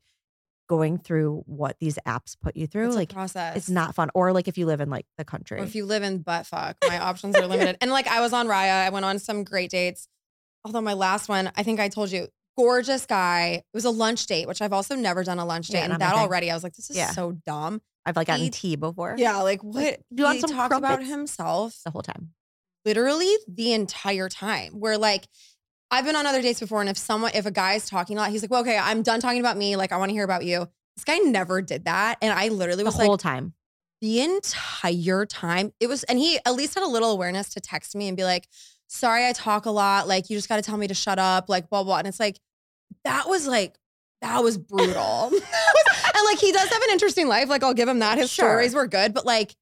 going through what these apps put you through, It's like a process. it's not fun. Or like if you live in like the country. Or if you live in butt fuck, my options are limited. And like I was on Raya, I went on some great dates. Although my last one, I think I told you, gorgeous guy. It was a lunch date, which I've also never done a lunch date. Yeah, and not my that thing. already, I was like, this is Yeah. so dumb. I've like gotten eat- tea before. Yeah, like what? do you want he some talked about crumpets? himself. The whole time. literally the entire time. Where like I've been on other dates before, and if someone, if a guy's talking a lot, he's like, "Well, okay, I'm done talking about me. Like, I want to hear about you." This guy never did that, and I literally The was whole like time. the entire time. It was, and he at least had a little awareness to text me and be like, "Sorry, I talk a lot. Like, you just got to tell me to shut up." Like, blah blah. And it's like that was like. That was brutal. and like he does have an interesting life. Like I'll give him that. His Sure. stories were good, but like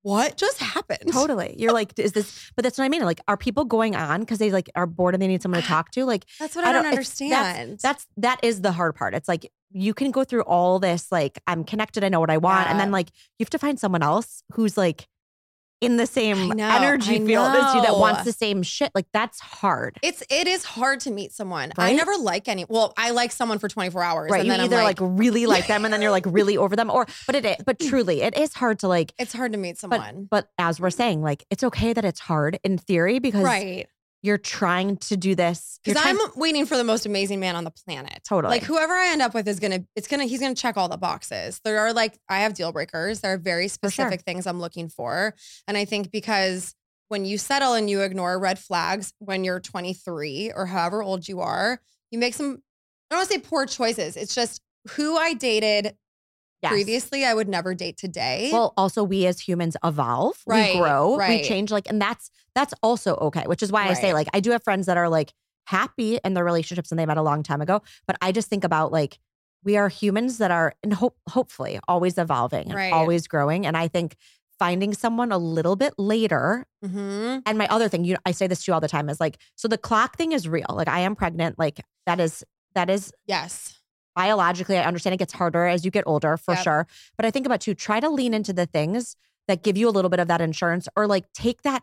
what just happened? Totally. You're like, is this but that's what I mean. Like, are people going on because they like are bored and they need someone to talk to? Like That's what I, I don't, don't- it's- understand. that's- that's that is the hard part. It's like you can go through all this, like, I'm connected, I know what I want. And Yeah. then like you have to find someone else who's like in the same know, energy I field as you that know. wants the same shit. Like that's hard. It's it is hard to meet someone. I Right? never like any. Well, I like someone for 24 hours. Right. And You then either I'm like, like, really like them and then you're like really over them. Or but it i- but truly it is hard to like it's hard to meet someone. but but as we're saying, like it's okay that it's hard in theory because right. you're trying to do this. you're Because trying- I'm waiting for the most amazing man on the planet. Totally. Like whoever I end up with is gonna, it's gonna, he's gonna check all the boxes. There are like, I have deal breakers. There are very sure. specific things I'm looking for. And I think because when you settle and you ignore red flags when you're 23 or however old you are, you make some, I don't wanna say poor choices. It's just who I dated Yes. previously, I would never date today. Well, also we as humans evolve, Right, we grow, right. we change. Like, and that's that's also okay. Which is why I say, Right. like, I do have friends that are like happy in their relationships and they met a long time ago. But I just think about like we are humans that are and hope hopefully always evolving and Right. always growing. And I think finding someone a little bit later. hmm And my other thing, you I say this to you all the time is like, so the clock thing is real. Like I am pregnant. Like that is that is Yes. biologically, I understand it gets harder as you get older for Yep. sure. But I think about you, try to lean into the things that give you a little bit of that insurance or like take that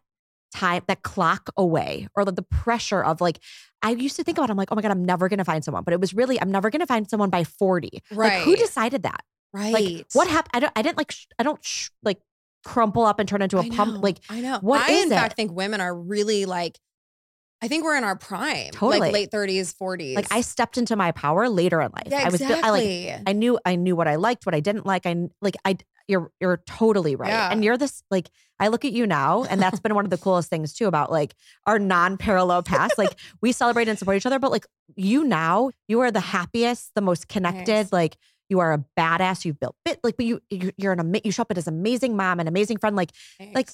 time, that clock away or like the pressure of like, I used to think about, it, I'm like, oh my God, I'm never going to find someone. But it was really, I'm never going to find someone by 40. Like, who Right. decided that? Right. Like, what happened? I, don't, I didn't like, sh- I don't sh- like crumple up and turn into a I pump. know, Like, I know. what I is in fact it? think women are really like I think we're in our prime. Totally. Like late thirties, forties. like I stepped into my power later in life. Yeah, I was, bu- I like, exactly. I knew I knew what I liked, what I didn't like. I kn- like I you're you're totally right. Yeah. And you're this like I look at you now and that's been one of the coolest things too about like our non-parallel past. like we celebrate and support each other, but like you now, you are the happiest, the most connected, Nice. like you are a badass. You've built bit like, but you you- you're an ama- you show up as an amazing mom, an amazing friend. Like like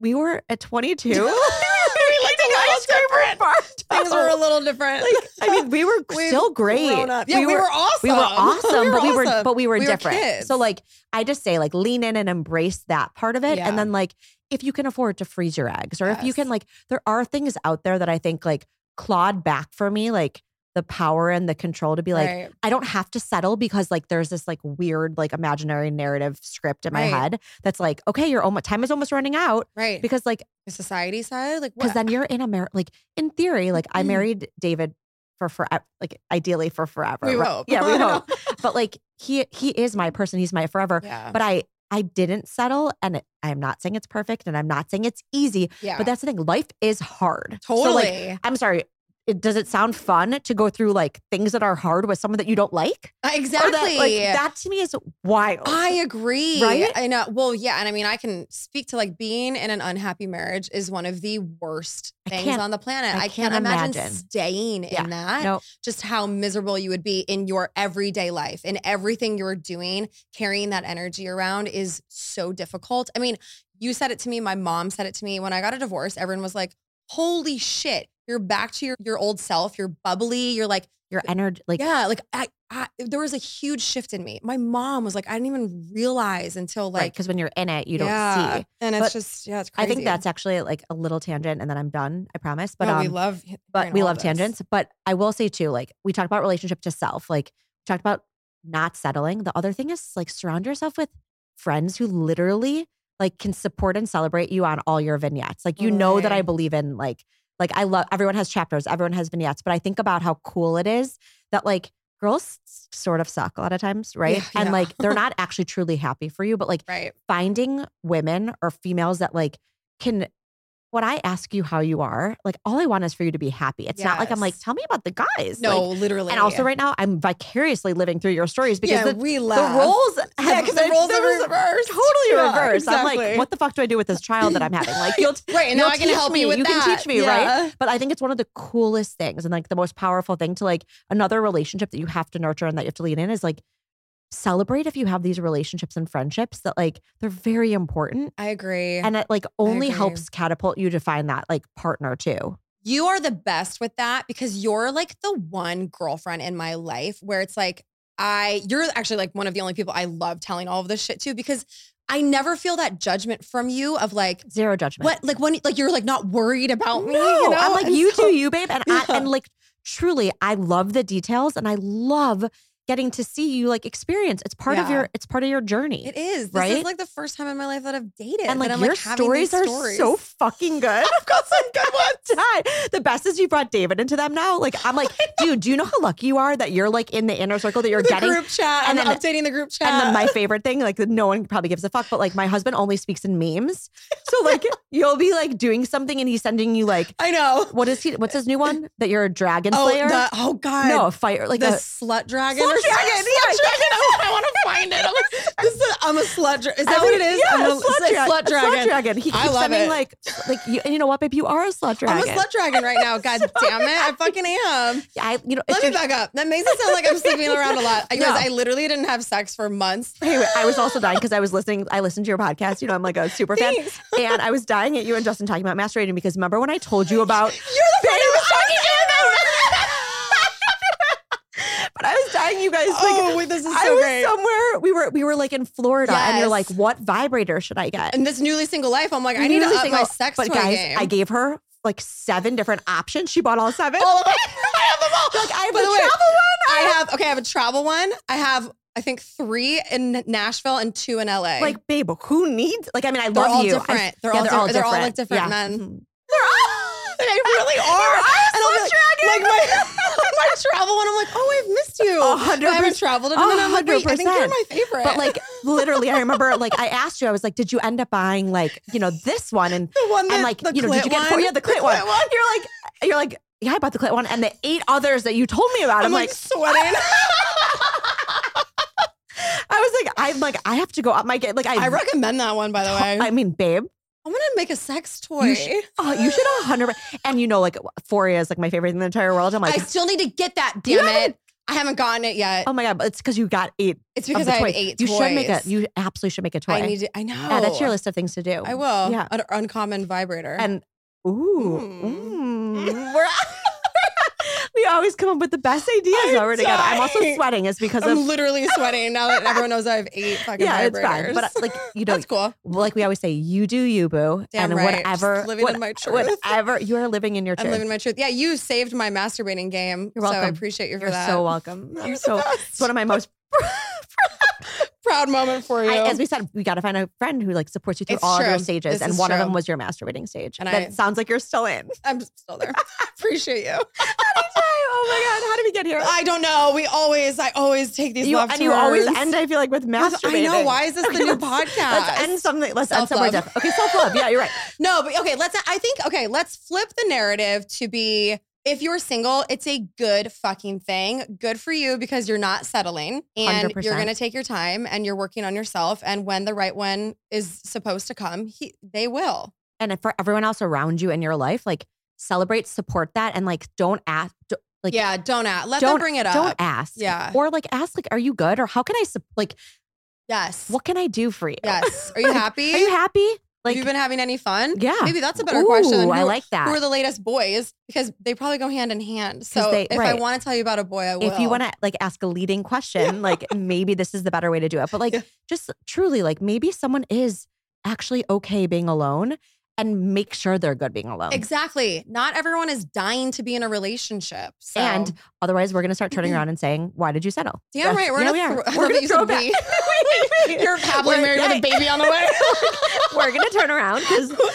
we were at 22. we were like the last favorite things were a little different. like I mean we were We've still great. grown up. Yeah, we, were, awesome. We were awesome, but we were awesome. but we were We were different. kids. So like I just say like lean in and embrace that part of it Yeah. and then like if you can afford to freeze your eggs or if you Yes. can like there are things out there that I think like clawed back for me like the power and the control to be like Right. I don't have to settle because like there's this like weird like imaginary narrative script in my Right. head that's like okay your almost time is almost running out right. because like Because society said like because what Mm-hmm. then you're in a marriage. Like in theory, like I married David for forever, like ideally for forever. We right? hope. Yeah, we hope. but like he he is my person. He's my forever. yeah. But I I didn't settle, and it, I'm not saying it's perfect, and I'm not saying it's easy. yeah. But that's the thing. Life is hard. So totally. like, I'm sorry. It, does it sound fun to go through like things that are hard with someone that you don't like? Or exactly. that, like, that to me is wild. I agree. Right? I know. Well, yeah. And I mean, I can speak to like being in an unhappy marriage is one of the worst I things can't- on the planet. I I, can't, can't imagine, imagine. staying Yeah. in that. No. Just how miserable you would be in your everyday life in everything you're doing, carrying that energy around is so difficult. I mean, you said it to me. My mom said it to me when I got a divorce. Everyone was like, holy shit. You're back to your, your old self. You're bubbly. You're like, your energy, like yeah, like I, I, there was a huge shift in me. My mom was like, I didn't even realize until like because when you're in it, you yeah. don't see. and it's But just yeah, it's I crazy. think that's actually like a little tangent, and then I'm done. I promise. But No, um, we love, he- but hearing we all love this. tangents. But I will say too, like we talked about relationship to self, like we talked about not settling. The other thing is like surround yourself with friends who literally like can support and celebrate you on all your vignettes. Like you know that I Totally. believe in like like I love everyone has chapters, everyone has vignettes, but I think about how cool it is that like girls s- sort of suck a lot of times, right? Yeah, and yeah. like they're not actually truly happy for you, but like Right. finding women or females that like can when I ask you how you are, like all I want is for you to be happy. It's not like I'm like, Yes. tell me about the guys. No, Like, literally. and also right now I'm vicariously living through your stories because yeah, the, we the love roles Yeah, have- because the roles are was reversed. Totally Yeah, reversed. I'm like, exactly. what the fuck do I do with this child that I'm having? Like you'll Right, and now You'll I can teach help me. you with You can that. teach me, yeah. But I think it's one of the coolest things and like the most powerful thing to like another relationship that you have to nurture and that you have to lean in is like celebrate if you have these relationships and friendships that like they're very important. I agree. And it like only agree. helps catapult you to find that like partner too. you are the best with that because you're like the one girlfriend in my life where it's like I you're actually like one of the only people I love telling all of this shit to because I never feel that judgment from you of like Zero judgment. what like when like you're like not worried about me. No, you know? I'm like And you so- do you, babe, and I, Yeah. and like truly, I love the details, and I love getting to see you like experience. It's part of Yeah. your it's part of your journey, It is. This right? is like the first time in my life that I've dated. and like that I'm your like having stories, these are so fucking good. I've got some good ones. The best is you brought David into them now. Like I'm like, dude, do you know how lucky you are that you're like in the inner circle that you're the getting group chat and and, then- updating the group chat. And then my favorite thing, like no one probably gives a fuck, but like my husband only speaks in memes. So like you'll be like doing something and he's sending you like I know. what is he? What's his new one? That you're a dragon Oh, slayer? the, oh God. no, a fire like the a, slut dragon. Slut or something. dragon, yeah. Slut dragon. Oh, I want to find it. I'm like, this is, I'm a slut dragon. Is that what it is? Yeah, I'm a slut, it's a dra- slut a dragon. Slut dragon. He I keeps love sending it. like like you, and you know what, babe? You are a slut I'm a dragon. slut dragon right now. God damn it. I fucking am. I you know. Let it's me just- back up. That makes it sound like I'm sleeping around a lot. I guys, No. I literally didn't have sex for months. Anyway, I was also dying because I was listening. I listened to your podcast. You know, I'm like a super fan, Thanks. and I was dying at you and Justin talking about masturbating because remember when I told you about You're the Babe, one who was talking But I was dying, you guys. Like, Oh, wait, this is I so was great. somewhere. We were we were like in Florida, and you're Yes. like, "What vibrator should I get?" In this newly single life, I'm like, I need to Literally up my single- sex But toy guys, game. I gave her like seven different options. She bought all seven. all of them. I have them all. Like, I have By a the way, travel one. I have okay. I have a travel one. I have I think three in Nashville and two in LA. like, babe, who needs? Like, I mean, I they're love all you. I- different. they're, yeah, all they're all different. They're all like different. different Yeah. men. They're all. They really are. And I'll be like, like my, my travel one. I'm like, oh, I've missed you. A hundred I haven't perc- traveled in a a minute. I'm like, wait, I think you're hundred my favorite. But like, literally, I remember like I asked you. I was like, "Did you end up buying like you know this one?" And the one that and like the you know, did clit you get one? yeah the clit, one? You're like you're like yeah, I bought the clit one, and the eight others that you told me about. I'm, I'm, like, like, sweating. I was like, I'm like, I have to go up my game. Like I, I recommend that one, by the way. I mean, babe, I'm gonna make a sex toy. you should, oh, you should a hundred. And you know, like Foria is like my favorite thing in the entire world. I'm I like, still need to get that. You Damn haven't- it! I haven't Um, gotten it yet. oh my god, but it's because you got eight. it's of because the I have toys. eight. You should make a. toys. You absolutely should make a toy. I need. To, I know. yeah, that's your list of things to do. I will. Yeah. An uncommon vibrator. And ooh, Mm. mm, we're. We always come up with the best ideas I'm when we're together. I'm also dying. sweating is because I'm of literally sweating now that everyone knows I have eight fucking yeah, vibrators. it's fine. But uh, like you know, that's cool. like we always say, you do you, boo, Damn and right. whatever, Just living what- in my truth. whatever you are living in your truth. I'm living my truth. Yeah, you saved my masturbating game. You're So I welcome. appreciate you for You're that. so welcome. I'm You're the so best. it's one of my most. proud moment for you. I, as we said, we got to find a friend who like supports you through It's all of true. your stages, This and is one of true. them was your masturbating stage. And that I- sounds like you're still in. I'm still there. appreciate you. Anytime. Oh my god, how did we get here? I don't know. We always, I always take these You, leftovers. and you always end, I feel like, with masturbating. I know. Why is this the new podcast? Let's end something. Let's end somewhere Self-love. different. Okay, self love. Yeah, you're right. No, but okay, let's I think okay, let's flip the narrative to be if you're single, it's a good fucking thing. Good for you because you're not settling and you 100%. are going to take your time and you're working on yourself and when the right one is supposed to come, he, they will. And for everyone else around you in your life, like celebrate, support that, and like don't ask. Don't, like yeah, don't ask. Let don't them Oh, bring it up. Don't ask. Yeah. Or like ask like, are you good? Or how can I sup- like yes. what can I do for you? Yes. Are you happy? Are you happy? Like Have you been having any fun? yeah. Maybe that's a better Ooh, question. than I who- like that. Who are the latest boys? Because they probably go hand in hand. So they- if I right. want to tell you about a boy, I will. if you want to like ask a leading question, like maybe this is the better way to do it. But like Yeah. just truly, like maybe someone is actually okay being alone and make sure they're good being alone. Exactly. Not everyone is dying to be in a relationship. So. Mm-hmm. And otherwise, we're gonna start turning around and saying, "Why did you settle?" damn That's- right, we're yeah, gonna, we are. thro- I We're love gonna that you throw said back. we. You're happily We're- married with yeah. a baby on the way. we're gonna turn around because yeah,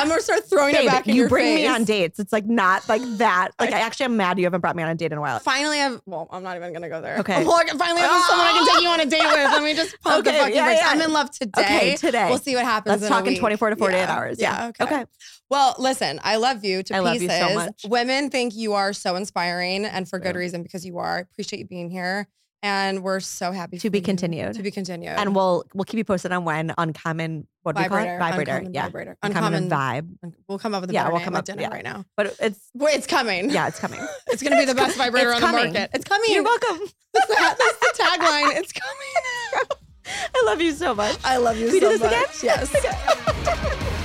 I'm gonna start throwing it Babe, back in you your bring me face. on dates. It's like not like that. Like I actually am mad you haven't brought me on a date in a while. Finally, I've well, I'm not even gonna go there. Okay. Look, finally, I have someone I can take you on a date with. Let me just pump the Okay, fucking yeah, brakes. yeah. I'm in love today. Okay, today. We'll see what happens. Let's in talk a in week. 24 to 48 Yeah, hours. Yeah. Okay. Well, listen, I love you to I love you pieces. so much. Women think you are so inspiring and for good reason because you are. I appreciate you being here. And we're so happy To for be you. continued. To be continued. And we'll we'll keep you posted on when uncommon what do we call it? vibrator. vibrator. Uncommon Yeah. vibrator. Uncommon, vibe. We'll come up with a Yeah, better we'll name. come I up- didn't yeah. right now. But it's Well, it's coming. yeah, it's coming. It's going to be the best vibrator It's on coming. the market. It's coming. You're welcome. That's the, that's the tagline. It's coming. I love you so much. I love you We so do this much. again? Yes. Okay.